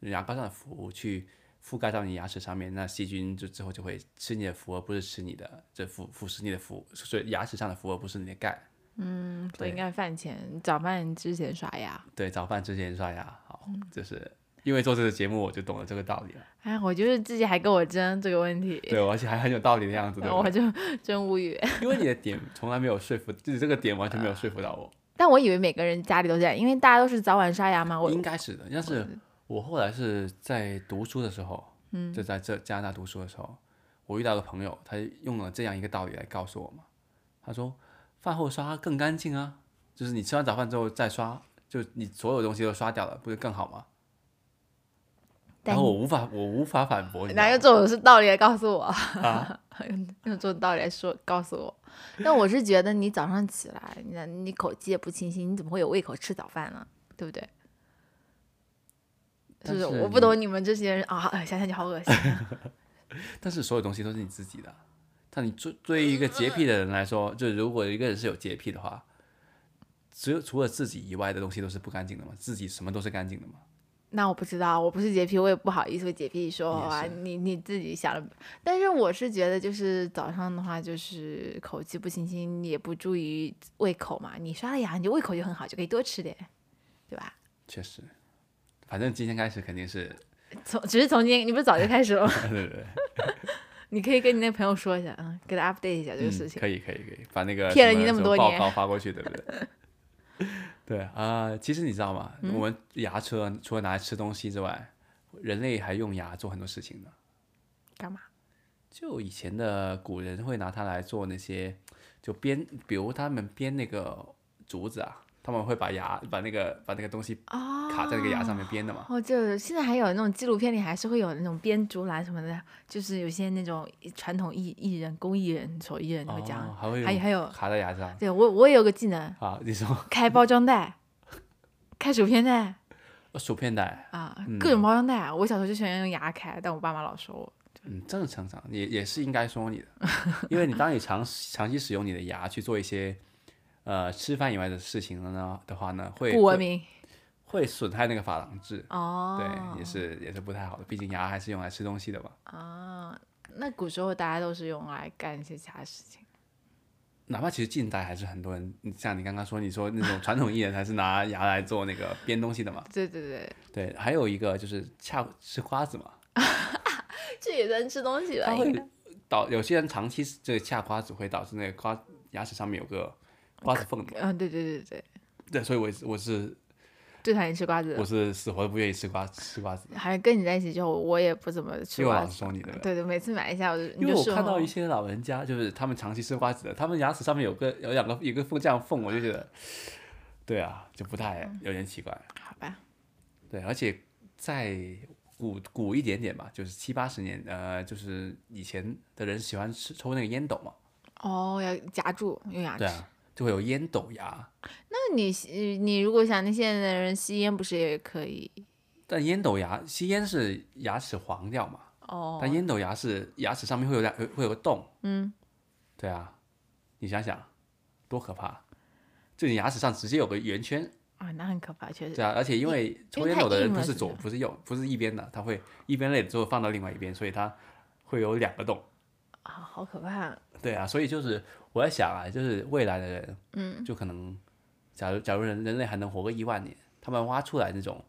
Speaker 1: 牙膏上的氟去覆盖到你牙齿上面，那细菌就之后就会吃你的氟，而不是吃你的这腐腐蚀你的氟，所以牙齿上的氟而不是你的钙。
Speaker 2: 嗯，所
Speaker 1: 对
Speaker 2: 以应该饭前早饭之前刷牙。
Speaker 1: 对，早饭之前刷牙，好，就是因为做这个节目，我就懂了这个道理了。
Speaker 2: 哎，我就是自己还跟我争这个问题，
Speaker 1: 对，而且还很有道理的 样子，对
Speaker 2: 然后
Speaker 1: 不
Speaker 2: 我
Speaker 1: 对？
Speaker 2: 就真无语。
Speaker 1: 因为你的点从来没有说服，就是这个点完全没有说服到我。
Speaker 2: 但我以为每个人家里都这样，因为大家都是早晚刷牙嘛。我
Speaker 1: 应该是的。但是我后来是在读书的时候，嗯，就在这加拿大读书的时候，我遇到个朋友，他用了这样一个道理来告诉我嘛。他说，饭后刷更干净啊，就是你吃完早饭之后再刷，就你所有东西都刷掉了，不是更好吗？
Speaker 2: 但
Speaker 1: 然后我无法，我无法反驳你啊知道
Speaker 2: 哪
Speaker 1: 吗。
Speaker 2: 用这种是道理来告诉我？
Speaker 1: 啊
Speaker 2: 用用这种道理来说告诉我。但我是觉得你早上起来，那你口气也不清新，你怎么会有胃口吃早饭呢？对不对？
Speaker 1: 但
Speaker 2: 就是
Speaker 1: 是
Speaker 2: 我不懂你们这些人啊，哎，想想就好恶心啊。
Speaker 1: 但是所有东西都是你自己的。但你对对于一个洁癖的人来说，就如果一个人是有洁癖的话，只有除了自己以外的东西都是不干净的嘛，自己什么都是干净的嘛。
Speaker 2: 那我不知道，我不是洁癖，我也不好意思为洁癖说话。
Speaker 1: 也是
Speaker 2: 你你自己想了，但是我是觉得，就是早上的话，就是口气不清新，也不注意胃口嘛。你刷了牙，你就胃口就很好，就可以多吃点，对吧？
Speaker 1: 确实，反正今天开始肯定是，
Speaker 2: 从只是从今天，你不是早就开始了吗？
Speaker 1: 对对对，
Speaker 2: 你可以跟你那朋友说一下，嗯，给他 update 一下这个
Speaker 1: 嗯
Speaker 2: 事情。
Speaker 1: 可以可以可以，把那个
Speaker 2: 骗了
Speaker 1: 什
Speaker 2: 你那么
Speaker 1: 什
Speaker 2: 多年
Speaker 1: 报告发过去，对不对？ 对啊、其实你知道吗？
Speaker 2: 嗯
Speaker 1: 我们牙车除了拿来吃东西之外，人类还用牙做很多事情呢。
Speaker 2: 干嘛？
Speaker 1: 就以前的古人会拿它来做那些，就编，比如他们编那个竹子啊，他们会把牙把那个把那个东西
Speaker 2: 哦，
Speaker 1: 卡在那个牙上面编的嘛。
Speaker 2: 哦，就是现在还有那种纪录片里还是会有那种编竹篮什么的，就是有些那种传统艺艺人、工艺人、手艺人会讲。
Speaker 1: 哦，还会
Speaker 2: 还有还有
Speaker 1: 卡在牙上
Speaker 2: 对我，我也有个技能，
Speaker 1: 啊？你说
Speaker 2: 开包装袋，开薯片袋
Speaker 1: 薯片袋，
Speaker 2: 啊，
Speaker 1: 嗯
Speaker 2: 各种包装袋啊。我小时候就喜欢用牙开，但我爸妈老说我。
Speaker 1: 嗯，正常常也也是应该说你的， 因为你当你长长期使用你的牙去做一些呃吃饭以外的事情了呢的话呢，会
Speaker 2: 不文
Speaker 1: 会
Speaker 2: 明
Speaker 1: 会损害那个珐琅质，
Speaker 2: 哦，
Speaker 1: 对，也是也是不太好的，毕竟牙还是用来吃东西的嘛。
Speaker 2: 啊。那古时候大家都是用来干一些其他事情，
Speaker 1: 哪怕其实近代还是很多人，你像你刚刚说，你说那种传统艺人还是拿牙来做那个编东西的嘛。
Speaker 2: 对对对，
Speaker 1: 对，还有一个就是恰吃瓜子嘛，
Speaker 2: 这也算吃东西吧
Speaker 1: 它？
Speaker 2: 应
Speaker 1: 会
Speaker 2: 该
Speaker 1: 导有些人长期这个恰瓜子会导致那个瓜牙齿上面有个瓜子缝的嘛。
Speaker 2: 嗯，对对对对，
Speaker 1: 对，所以我是我是
Speaker 2: 最讨厌吃瓜子
Speaker 1: 我
Speaker 2: 了。
Speaker 1: 是死活都不愿意吃瓜吃瓜子的，
Speaker 2: 好像跟你在一起之后，我也不怎么吃
Speaker 1: 因为我
Speaker 2: 瓜
Speaker 1: 老
Speaker 2: 子
Speaker 1: 是。说你的。
Speaker 2: 对对，每次买一下我就你
Speaker 1: 因为
Speaker 2: 就
Speaker 1: 我
Speaker 2: 送
Speaker 1: 看到
Speaker 2: 我
Speaker 1: 一些老人家，就是他们长期吃瓜子的，他们牙齿上面有个有两个有一个缝这样缝，我就觉得，对啊，就不太有点奇怪。
Speaker 2: 好吧，
Speaker 1: 对，而且在古古一点点吧，就是七八十年，呃，就是以前的人喜欢吃抽那个烟斗嘛，
Speaker 2: 哦，要夹住用牙齿。
Speaker 1: 对啊，就会有烟斗牙，
Speaker 2: 那你吸你如果想，那现在的人吸烟不是也可以？
Speaker 1: 但烟斗牙吸烟是牙齿黄掉嘛，
Speaker 2: 哦，
Speaker 1: 但烟斗牙是牙齿上面会有两会会有个洞，嗯，对啊，你想想多可怕，就你牙齿上直接有个圆圈，
Speaker 2: 啊，那很可怕，确实。
Speaker 1: 对啊，而且因为抽
Speaker 2: 因为
Speaker 1: 烟
Speaker 2: 太
Speaker 1: 斗的人
Speaker 2: 硬
Speaker 1: 不
Speaker 2: 了
Speaker 1: 是
Speaker 2: 是
Speaker 1: 左
Speaker 2: 吧
Speaker 1: 不是右不是一边的，他会一边累了之后放到另外一边，所以它会有两个洞。
Speaker 2: 啊，好可怕。
Speaker 1: 对啊，所以就是我在想啊，就是未来的人，嗯，就可能，假如假如人人类还能活个一万年，他们挖出来那种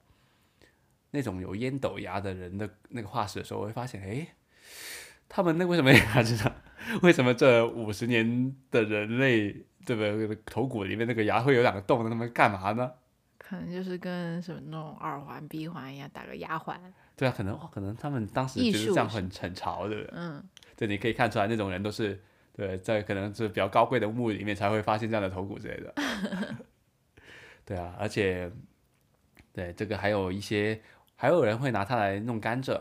Speaker 1: 那种有烟斗牙的人的那个化石的时候，我会发现，诶，他们那为什么 牙齿上，为什么这五十年的人类对不对，头骨里面那个牙会有两个洞呢？他们干嘛呢？
Speaker 2: 可能就是跟什么那种耳环、鼻环一样，打个牙环。
Speaker 1: 对啊，可能可能他们当时
Speaker 2: 艺
Speaker 1: 觉得
Speaker 2: 术
Speaker 1: 这样
Speaker 2: 是
Speaker 1: 很很潮，对不对？
Speaker 2: 嗯，
Speaker 1: 对，你可以看出来那种人都是对，在可能是比较高贵的墓里面才会发现这样的头骨之类的。 对啊，而且对这个还有一些，还有人会拿它来弄甘蔗，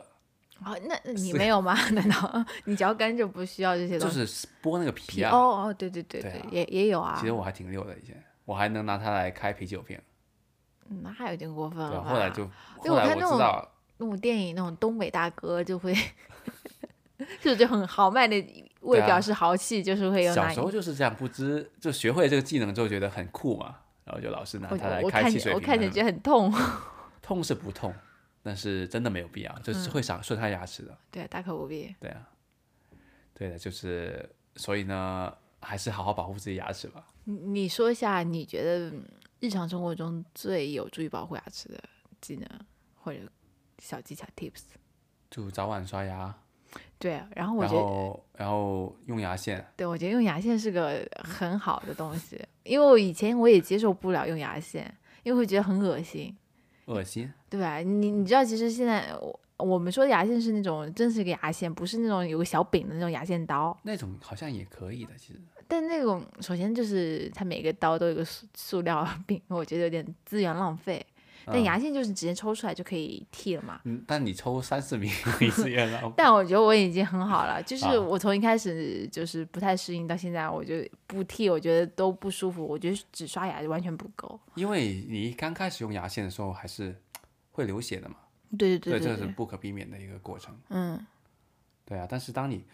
Speaker 2: 哦，那那你
Speaker 1: 是
Speaker 2: 没有吗？ 难道你嚼甘蔗不需要这些
Speaker 1: 就
Speaker 2: 东西？
Speaker 1: 是剥那个皮啊。
Speaker 2: 哦哦，对对对
Speaker 1: 对啊
Speaker 2: 也也有啊
Speaker 1: 其。实我还挺溜的，以前我还能拿它来开啤酒瓶。
Speaker 2: 那还有点过分
Speaker 1: 对
Speaker 2: 了
Speaker 1: 啊，
Speaker 2: 吧。
Speaker 1: 后来就
Speaker 2: 对
Speaker 1: 后
Speaker 2: 我
Speaker 1: 来
Speaker 2: 看
Speaker 1: 我
Speaker 2: 那
Speaker 1: 知
Speaker 2: 种
Speaker 1: 道，
Speaker 2: 那种电影那种东北大哥就会， 就就很豪迈的为
Speaker 1: 对啊
Speaker 2: 表示豪气，就是会有
Speaker 1: 小
Speaker 2: 那
Speaker 1: 时候
Speaker 2: 一。
Speaker 1: 就是这样，不知就学会了这个技能之后觉得很酷嘛，然后就老是拿
Speaker 2: 我
Speaker 1: 它来
Speaker 2: 我
Speaker 1: 开
Speaker 2: 看
Speaker 1: 汽
Speaker 2: 见
Speaker 1: 水
Speaker 2: 我
Speaker 1: 瓶啊
Speaker 2: 看
Speaker 1: 什
Speaker 2: 见
Speaker 1: 么的。
Speaker 2: 觉得很痛，
Speaker 1: 痛是不痛，但是真的没有必
Speaker 2: 嗯
Speaker 1: 要，就是会伤损害牙齿的。
Speaker 2: 对，大可不必。
Speaker 1: 对啊，对的，就是所以呢，还是好好保护自己牙齿吧。
Speaker 2: 你你说一下，你觉得嗯日常生活中最有助于保护牙齿的技能或者小技巧 tips？
Speaker 1: 就早晚刷牙，
Speaker 2: 对啊，然后我
Speaker 1: 然
Speaker 2: 觉得，
Speaker 1: 后然后用牙线，
Speaker 2: 对我觉得用牙线是个很好的东西，因为我以前我也接受不了用牙线，因为会觉得很恶心，
Speaker 1: 恶心。
Speaker 2: 对吧？你你知道，其实现在我我们说的牙线是那种真是一个牙线，不是那种有个小柄的那种牙线刀。
Speaker 1: 那种好像也可以的，其实
Speaker 2: 但那种首先就是它每个刀都有个塑塑料 柄，我觉得有点资源浪费。但
Speaker 1: 嗯
Speaker 2: 牙线就是直接抽出来就可以剃了嘛。
Speaker 1: 嗯，但你抽三四 米一次也浪费。
Speaker 2: 但我觉得我已经很好了，就是
Speaker 1: 啊
Speaker 2: 我从一开始就是不太适应，到现在我就不剃，我觉得都不舒服，我觉得只刷牙就完全不够。
Speaker 1: 因为你刚开始用牙线的时候还是会流血的嘛，对，
Speaker 2: 对对
Speaker 1: 这
Speaker 2: 对
Speaker 1: 个是
Speaker 2: 对，
Speaker 1: 不可避免的一个过程。
Speaker 2: 嗯，
Speaker 1: 对啊，但是当你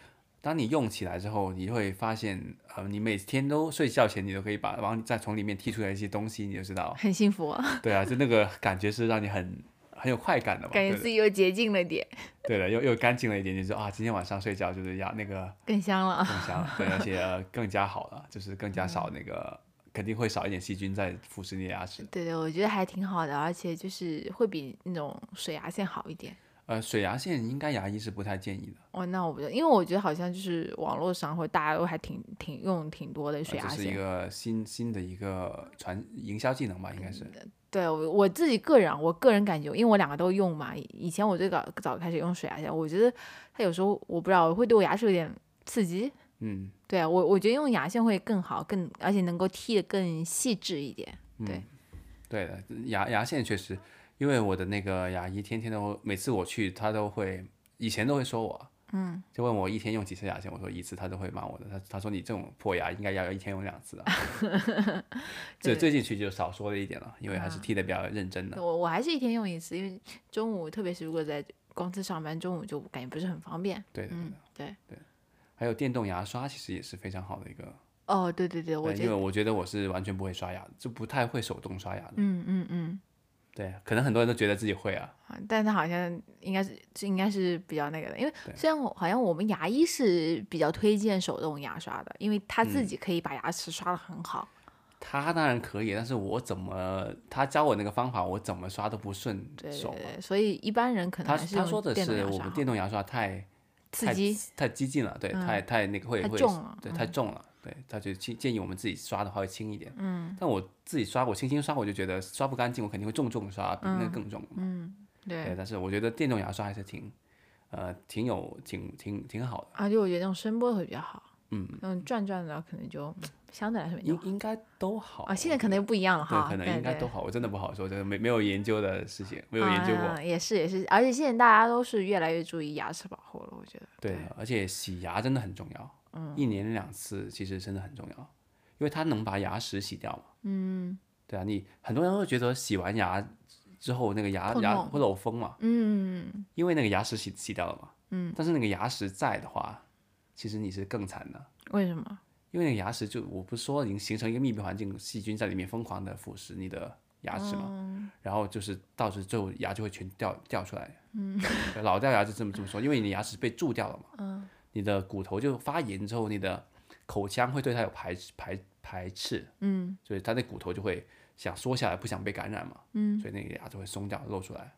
Speaker 1: 当你用起来之后，你会发现，呃，你每天都睡觉前你都可以把，然后你再从里面剔出来一些东西，你就知道，
Speaker 2: 很幸福、啊，
Speaker 1: 对啊，就那个感觉是让你很很有快感的嘛，
Speaker 2: 感觉
Speaker 1: 对
Speaker 2: 自
Speaker 1: 的
Speaker 2: 己又洁净了点，
Speaker 1: 对的，又又干净了一点点，就啊，今天晚上睡觉就是要那个
Speaker 2: 更香了啊。
Speaker 1: 更香了，对，而且、呃、更加好了，就是更加
Speaker 2: 嗯
Speaker 1: 少那个，肯定会少一点细菌在腐蚀你的牙齿。
Speaker 2: 对对，我觉得还挺好的，而且就是会比那种水牙线好一点。
Speaker 1: 呃，水牙线应该牙医是不太建议的，
Speaker 2: 哦，那我不知道，因为我觉得好像就是网络上或者大家都还挺挺用挺多的水
Speaker 1: 呃
Speaker 2: 牙
Speaker 1: 这是一
Speaker 2: 线。
Speaker 1: 个新新的一个传营销技能吧，应该是。
Speaker 2: 对我我自己个人啊，我个人感觉，因为我两个都用嘛，以以前我最早早开始用水牙线，我觉得它有时候我不知道会对我牙齿有点刺激。
Speaker 1: 嗯，
Speaker 2: 对啊，我我觉得用牙线会更好，更而且能够剔的更细致一点。对
Speaker 1: 嗯，对的，牙牙线确实，因为我的那个牙医天天都，每次我去他都会，以前都会说我，嗯，就问我一天用几次牙线，我说一次，他都会骂我的。他他说你这种破牙应该要一天用两次啊。这
Speaker 2: 对啊
Speaker 1: 最近去就少说了一点了，因为还是剃的比较认真的。
Speaker 2: 我我还是一天用一次，因为中午特别是如果在公司上班，中午就感觉不是很方便。
Speaker 1: 对的，对
Speaker 2: 嗯
Speaker 1: 的，
Speaker 2: 对。
Speaker 1: 还有电动牙刷其实也是非常好的一个，
Speaker 2: 哦，对对对，我
Speaker 1: 对
Speaker 2: 觉
Speaker 1: 啊因为
Speaker 2: 得，
Speaker 1: 我觉得我是完全不会刷牙的，就不太会手动刷牙的。
Speaker 2: 嗯嗯嗯，
Speaker 1: 对，啊可能很多人都觉得自己会啊，
Speaker 2: 啊但是好像应该是这应该是比较那个的，因为
Speaker 1: 对
Speaker 2: 虽然我好像我们牙医是比较推荐手动牙刷的，因为他自
Speaker 1: 嗯
Speaker 2: 己可以把牙齿刷得很好。
Speaker 1: 他当然可以，但是我怎么他教我那个方法，我怎么刷都不顺
Speaker 2: 对对
Speaker 1: 手嘛。
Speaker 2: 对，所以一般人可能
Speaker 1: 他
Speaker 2: 还是
Speaker 1: 他说
Speaker 2: 用
Speaker 1: 的
Speaker 2: 电动
Speaker 1: 是
Speaker 2: 牙
Speaker 1: 我
Speaker 2: 刷
Speaker 1: 们
Speaker 2: 好
Speaker 1: 电动牙刷太
Speaker 2: 刺激。
Speaker 1: 太激进了，对，
Speaker 2: 嗯
Speaker 1: 太太那个会
Speaker 2: 太
Speaker 1: 会
Speaker 2: 重了嗯
Speaker 1: 对，太重了，对，他就建建议我们自己刷的话会轻一点。嗯，但我自己刷，我轻轻刷，我就觉得刷不干净，我肯定会重重刷，比那个更重嘛。对，
Speaker 2: 嗯对，
Speaker 1: 但是我觉得电动牙刷还是挺呃挺有挺挺挺好的，
Speaker 2: 而啊且我觉得那种声波会比较好，
Speaker 1: 嗯，
Speaker 2: 那种转转的可能就嗯相对来说没那
Speaker 1: 应
Speaker 2: 么好。
Speaker 1: 应该都好
Speaker 2: 啊，现在可能又不一样了
Speaker 1: 对，
Speaker 2: 哈，
Speaker 1: 可能应该都好，我真的不好说，真的没没有研究的事情，没有研究过。
Speaker 2: 啊也是也是，而且现在大家都是越来越注意牙齿保护了，我觉得。
Speaker 1: 对的，而且洗牙真的很重要，
Speaker 2: 嗯
Speaker 1: 一年两次其实真的很重要，因为它能把牙石洗掉嘛。嗯，对啊，你很多人会觉得洗完牙之后那个牙
Speaker 2: 痛
Speaker 1: 牙
Speaker 2: 痛
Speaker 1: 会漏风嘛，
Speaker 2: 嗯，
Speaker 1: 因为那个牙石洗洗掉了嘛。
Speaker 2: 嗯，
Speaker 1: 但是那个牙石在的话，其实你是更惨的，
Speaker 2: 为什么？
Speaker 1: 因为那个牙石就我不是说已经形成一个密闭环境，细菌在里面疯狂的腐蚀你的牙齿嘛，
Speaker 2: 嗯
Speaker 1: 然后就是到时最后牙就会全掉掉出来。嗯， 老掉牙就这么这么说，因为你的牙齿被蛀掉了嘛。
Speaker 2: 嗯，
Speaker 1: 你的骨头就发炎之后，你的口腔会对它有排斥排排斥，
Speaker 2: 嗯，
Speaker 1: 所以它的骨头就会想缩下来，不想被感染嘛。
Speaker 2: 嗯，
Speaker 1: 所以那个牙就会松掉露出来。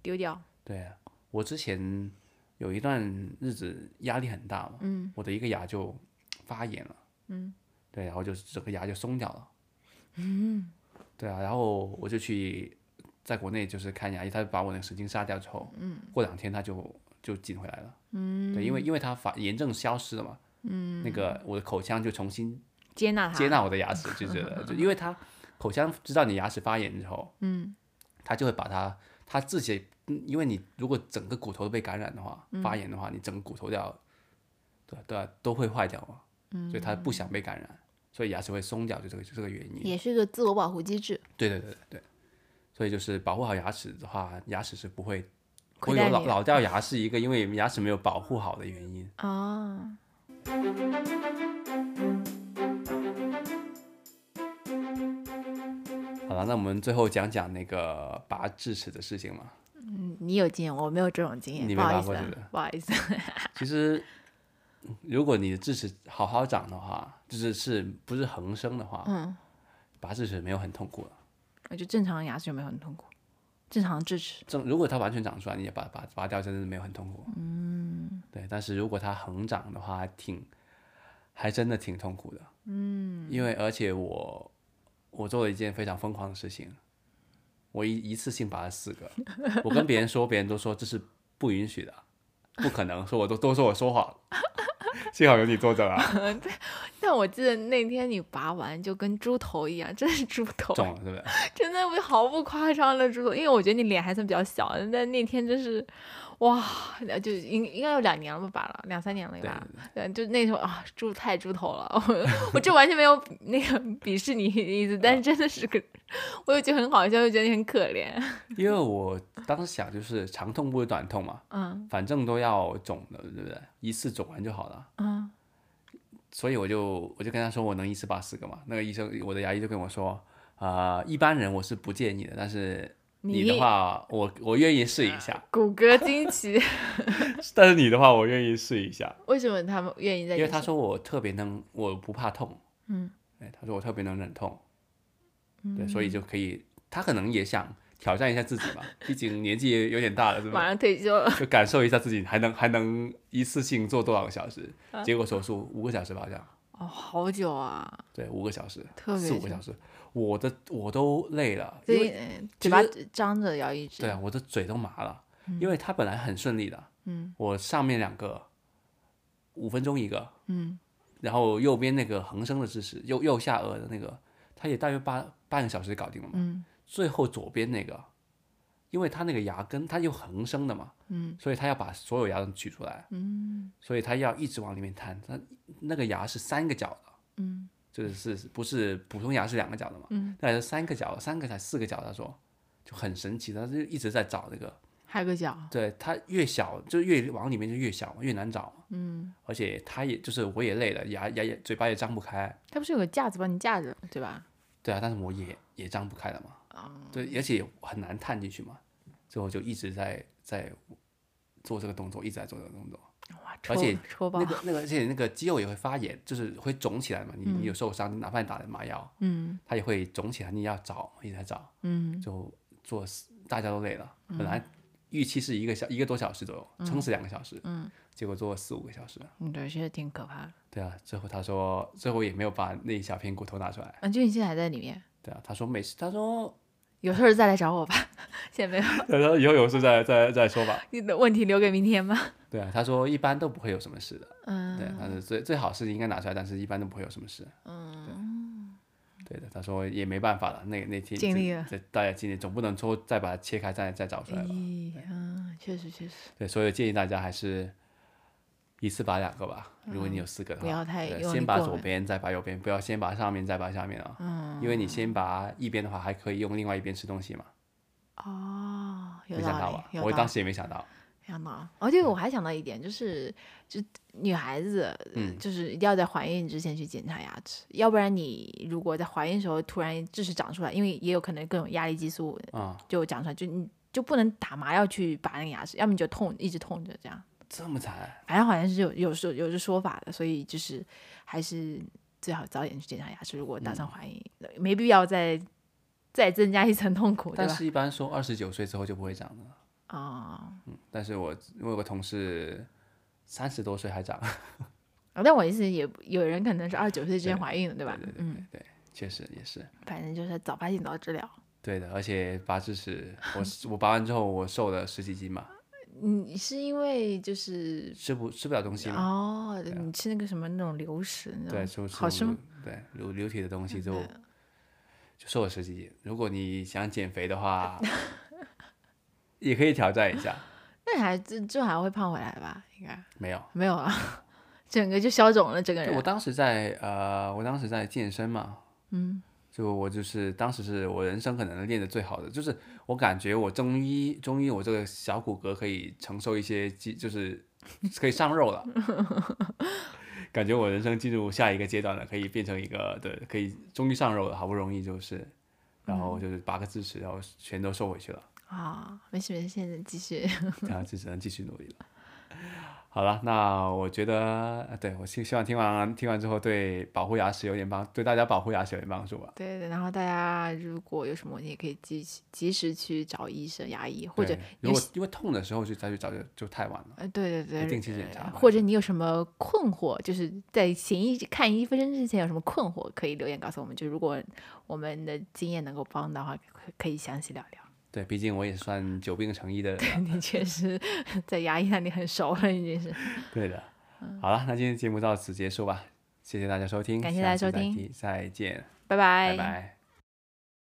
Speaker 2: 丢掉。
Speaker 1: 对啊我之前有一段日子压力很大嘛，
Speaker 2: 嗯，
Speaker 1: 我的一个牙就发炎了，
Speaker 2: 嗯，
Speaker 1: 对，然后就是整个牙就松掉了， 嗯，对啊，然后我就去在国内就是看牙医，他把我那个神经杀掉之后，嗯，过两天他就就紧回来了，嗯，对，因为因为他发炎症消失了嘛，嗯，那个我的口腔就重新
Speaker 2: 接纳它。
Speaker 1: 接。纳我的牙齿，就觉得就因为他口腔知道你牙齿发炎之后，
Speaker 2: 嗯
Speaker 1: 他就会把它他自己，嗯因为你如果整个骨头都被感染的话，发炎的话，你整个骨头都要，对对啊，都会坏掉嘛。所以他不想被感染，所以牙齿会松掉，就这个就这个原因。
Speaker 2: 也是个自我保护机制，
Speaker 1: 对对对对对，所以就是保护好牙齿的话，牙齿是不会不会
Speaker 2: 亏
Speaker 1: 有
Speaker 2: 待
Speaker 1: 老
Speaker 2: 你
Speaker 1: 老掉牙，是一个因为牙齿没有保护好的原因。
Speaker 2: 啊。
Speaker 1: 好了，那我们最后讲讲那个拔智齿的事情嘛。
Speaker 2: 嗯，你有经验，我没有这种经验，
Speaker 1: 你
Speaker 2: 不
Speaker 1: 没
Speaker 2: 好
Speaker 1: 拔
Speaker 2: 意思
Speaker 1: 过
Speaker 2: 啊
Speaker 1: 是不是，
Speaker 2: 不好意思。
Speaker 1: 其实，嗯如果你的智齿好好长的话，就是是不是恒生的话，
Speaker 2: 嗯，
Speaker 1: 拔智齿没有很痛苦的。啊
Speaker 2: 我觉得正常的牙齿有没有很痛苦？正常的智齿，
Speaker 1: 正如果它完全长出来，你也把拔拔掉，真的没有很痛苦。嗯，对。但是如果它横长的话，还挺，还真的挺痛苦的。嗯，因为而且我我做了一件非常疯狂的事情，我一一次性拔了四个。 我跟别人说，别人都说这是不允许的，不可能。说我都都说我说谎。幸好有你作证啊，
Speaker 2: 但我记得那天你拔完就跟猪头一样，真是猪头，
Speaker 1: 中了是不是？
Speaker 2: 真的不毫不夸张的猪头，因为我觉得你脸还算比较小，但那天真是，哇，那就应应该有两年了吧，吧了两三年了 有
Speaker 1: 对啊
Speaker 2: 吧？对，就那时候啊，猪太猪头了， 我我这完全没有那个鄙视你的意思，
Speaker 1: 啊
Speaker 2: 但是真的是个，我又觉得很好笑，又觉得你很可怜。
Speaker 1: 因为我当时想就是长痛不如短痛嘛，
Speaker 2: 嗯
Speaker 1: 反正都要肿的，对不对？一次肿完就好了。
Speaker 2: 嗯
Speaker 1: 所以我就我就跟他说我能一次拔四个嘛。那个医生，我的牙医就跟我说，啊、一般人我是不建议的，但是你啊的
Speaker 2: 你
Speaker 1: 话，我我愿意试一下。
Speaker 2: 骨骼惊奇，
Speaker 1: 但是你的话，我愿意试一下，
Speaker 2: 为什么他们愿意在
Speaker 1: 因
Speaker 2: 你身？
Speaker 1: 为他说我特别能，我不怕痛。
Speaker 2: 嗯，
Speaker 1: 哎，他说我特别能忍痛，对，所以就可以，他可能也想挑战一下自己吧，毕竟年纪也有点大了，对
Speaker 2: 马
Speaker 1: 吧？
Speaker 2: 上退休 了，
Speaker 1: 就感受一下自己还能还能一次性做多少个小时，
Speaker 2: 嗯
Speaker 1: 结果手术五个小时吧，好像。
Speaker 2: 哦，好久啊，
Speaker 1: 对，五个小时，
Speaker 2: 特别
Speaker 1: 四五个
Speaker 2: 久
Speaker 1: 小时，我的我都累了，
Speaker 2: 所
Speaker 1: 因
Speaker 2: 以
Speaker 1: 为
Speaker 2: 呃
Speaker 1: 其
Speaker 2: 嘴巴
Speaker 1: 实
Speaker 2: 张着要一直。
Speaker 1: 对啊，我的嘴都麻了，因为它本来很顺利的，
Speaker 2: 嗯
Speaker 1: 我上面两个五分钟一个，
Speaker 2: 嗯，
Speaker 1: 然后右边那个恒生的知识，右右下颚的那个，它也大约八半个小时搞定了嘛，
Speaker 2: 嗯
Speaker 1: 最后左边那个，因为它那个牙根它又恒生的嘛，
Speaker 2: 嗯，
Speaker 1: 所以它要把所有牙都取出来，
Speaker 2: 嗯
Speaker 1: 所以它要一直往里面摊，它那个牙是三个角的。
Speaker 2: 嗯
Speaker 1: 就是是不是普通牙是两个角的嘛？
Speaker 2: 嗯，
Speaker 1: 那是三个角，三个才四个角。他说就很神奇，他就一直在找这个。
Speaker 2: 还有个脚，
Speaker 1: 对，它越小就越往里面就越小，越难找嘛。
Speaker 2: 嗯，
Speaker 1: 而且它也就是我也累了，牙牙也嘴巴也张不开。
Speaker 2: 它不是有个架子把你架着，对吧？
Speaker 1: 对啊，但是我也也张不开了嘛。对，而且很难探进去嘛。所以我就一直在在做这个动作，一直在做这个动作。
Speaker 2: 哇，
Speaker 1: 而且
Speaker 2: 戳戳爆
Speaker 1: 那，个那个，而且那个肌肉也会发炎，就是会肿起来嘛。你你有受伤，哪怕你打了麻药，
Speaker 2: 嗯
Speaker 1: 它也会肿起来，你要找，一直在找。
Speaker 2: 嗯
Speaker 1: 就做四大家都累了，本来预期是一个小一个多小时左右，撑死两个小时，
Speaker 2: 嗯，
Speaker 1: 结果做了四五个小时。
Speaker 2: 嗯，对，其实挺可怕的。
Speaker 1: 对啊，最后他说，最后也没有把那一小片骨头拿出来。
Speaker 2: 啊，就你现在还在里面，
Speaker 1: 对啊，他说没事，他说，
Speaker 2: 有事儿再来找我吧。 现在没有，
Speaker 1: 他说以后有事再再再说吧。
Speaker 2: 你的问题留给明天吧。
Speaker 1: 对啊，他说一般都不会有什么事的。对
Speaker 2: 嗯，
Speaker 1: 啊，他说最最好是应该拿出来，但是一般都不会有什么事。
Speaker 2: 嗯
Speaker 1: 对对的，他说也没办法了，那那天
Speaker 2: 尽力了
Speaker 1: 这大家尽力，总不能说再把它切开再再找出来吧。
Speaker 2: 咦，嗯，确实确实，
Speaker 1: 对，所以建议大家还是一次拔两个吧。如果你有四个的
Speaker 2: 嗯不
Speaker 1: 话，
Speaker 2: 要太
Speaker 1: 对
Speaker 2: 用力
Speaker 1: 先拔
Speaker 2: 过
Speaker 1: 左
Speaker 2: 猛
Speaker 1: 边，再拔右边，不要先拔上面，再拔下面啊。
Speaker 2: 嗯，
Speaker 1: 因为你先拔一边的话，还可以用另外一边吃东西嘛。
Speaker 2: 哦，有
Speaker 1: 没想到
Speaker 2: 道
Speaker 1: 吧？
Speaker 2: 理，有
Speaker 1: 我
Speaker 2: 道
Speaker 1: 当
Speaker 2: 理。
Speaker 1: 时也没想到。
Speaker 2: 想到，哦，对，我还想到一点，就是就女孩子，
Speaker 1: 嗯
Speaker 2: 就是一定要在怀孕之前去检查牙齿，要不然你如果在怀孕的时候突然智齿长出来，因为也有可能各种压力激素
Speaker 1: 啊、
Speaker 2: 就长出来，就你就不能打麻药去拔那个牙齿，要么你就痛，一直痛着这样。
Speaker 1: 这么惨，
Speaker 2: 反正好像是有有说有这说法的，所以就是还是最好早点去检查牙齿。如
Speaker 1: 嗯
Speaker 2: 果打算怀孕，没必要再再增加一层痛苦，对
Speaker 1: 但
Speaker 2: 吧？
Speaker 1: 是一般说二十九岁之后就不会长了。
Speaker 2: 啊、
Speaker 1: 但是我我有个同事三十多岁还长，
Speaker 2: 哦但我意思也有人可能是二十九岁之前怀孕的，对吧？
Speaker 1: 对对对
Speaker 2: 嗯，
Speaker 1: 对对，确实也是
Speaker 2: 反正就是早发现早治疗。
Speaker 1: 对的。而且拔智齿，我我拔完之后我瘦了十几斤嘛，
Speaker 2: 你是因为就是
Speaker 1: 吃不吃不了东西嘛，
Speaker 2: 哦，你吃那个什么那种流食那
Speaker 1: 啊对，
Speaker 2: 种，
Speaker 1: 就是
Speaker 2: 好嗯吃吗？
Speaker 1: 对，流流体的东西就就瘦了十几斤。如果你想减肥的话， 也可以挑战一下。
Speaker 2: 那还这这还会胖回来吧？应该
Speaker 1: 没有，
Speaker 2: 没有啊， 整个就消肿了，整个
Speaker 1: 对我
Speaker 2: 人。
Speaker 1: 当时在呃，我当时在健身嘛，
Speaker 2: 嗯
Speaker 1: 就我就是当时是我人生可能练的最好的，就是我感觉我终于终于我这个小骨骼可以承受一些肌，就是可以上 肉了。感觉我人生进入下一个阶段了，可以变成一个对，可以终于上肉了，好不容易就是，然后就是拔个智齿，然后全都收回去了。
Speaker 2: 啊，没事没事，现在继续。
Speaker 1: 然后就只能继续努力了。好了，那我觉得，呃对我希希望听完听完之后，对保护牙齿有点帮，对大家保护牙齿有点帮助吧。
Speaker 2: 对对，然后大家如果有什么问题，可以及时及时去找医生、牙医，或者
Speaker 1: 对
Speaker 2: 你
Speaker 1: 如果
Speaker 2: 是
Speaker 1: 因为痛的时候就再去找就就太晚了，
Speaker 2: 呃，对对对，
Speaker 1: 定期检查
Speaker 2: 或者你有什么困惑，就是在行医看医生之前有什么困惑，可以留言告诉我们。就如果我们的经验能够帮的话，可可以详细聊聊。
Speaker 1: 对，毕竟我也算久病成医的人了
Speaker 2: 你确实 在牙医那里很熟了，已经是。
Speaker 1: 对 的。好了，那今天节目到此结束吧，谢谢大家收听，
Speaker 2: 嗯感谢
Speaker 1: 下
Speaker 2: 大家
Speaker 1: 次
Speaker 2: 收
Speaker 1: 再
Speaker 2: 听
Speaker 1: 提，再见，
Speaker 2: 拜拜。
Speaker 1: 拜拜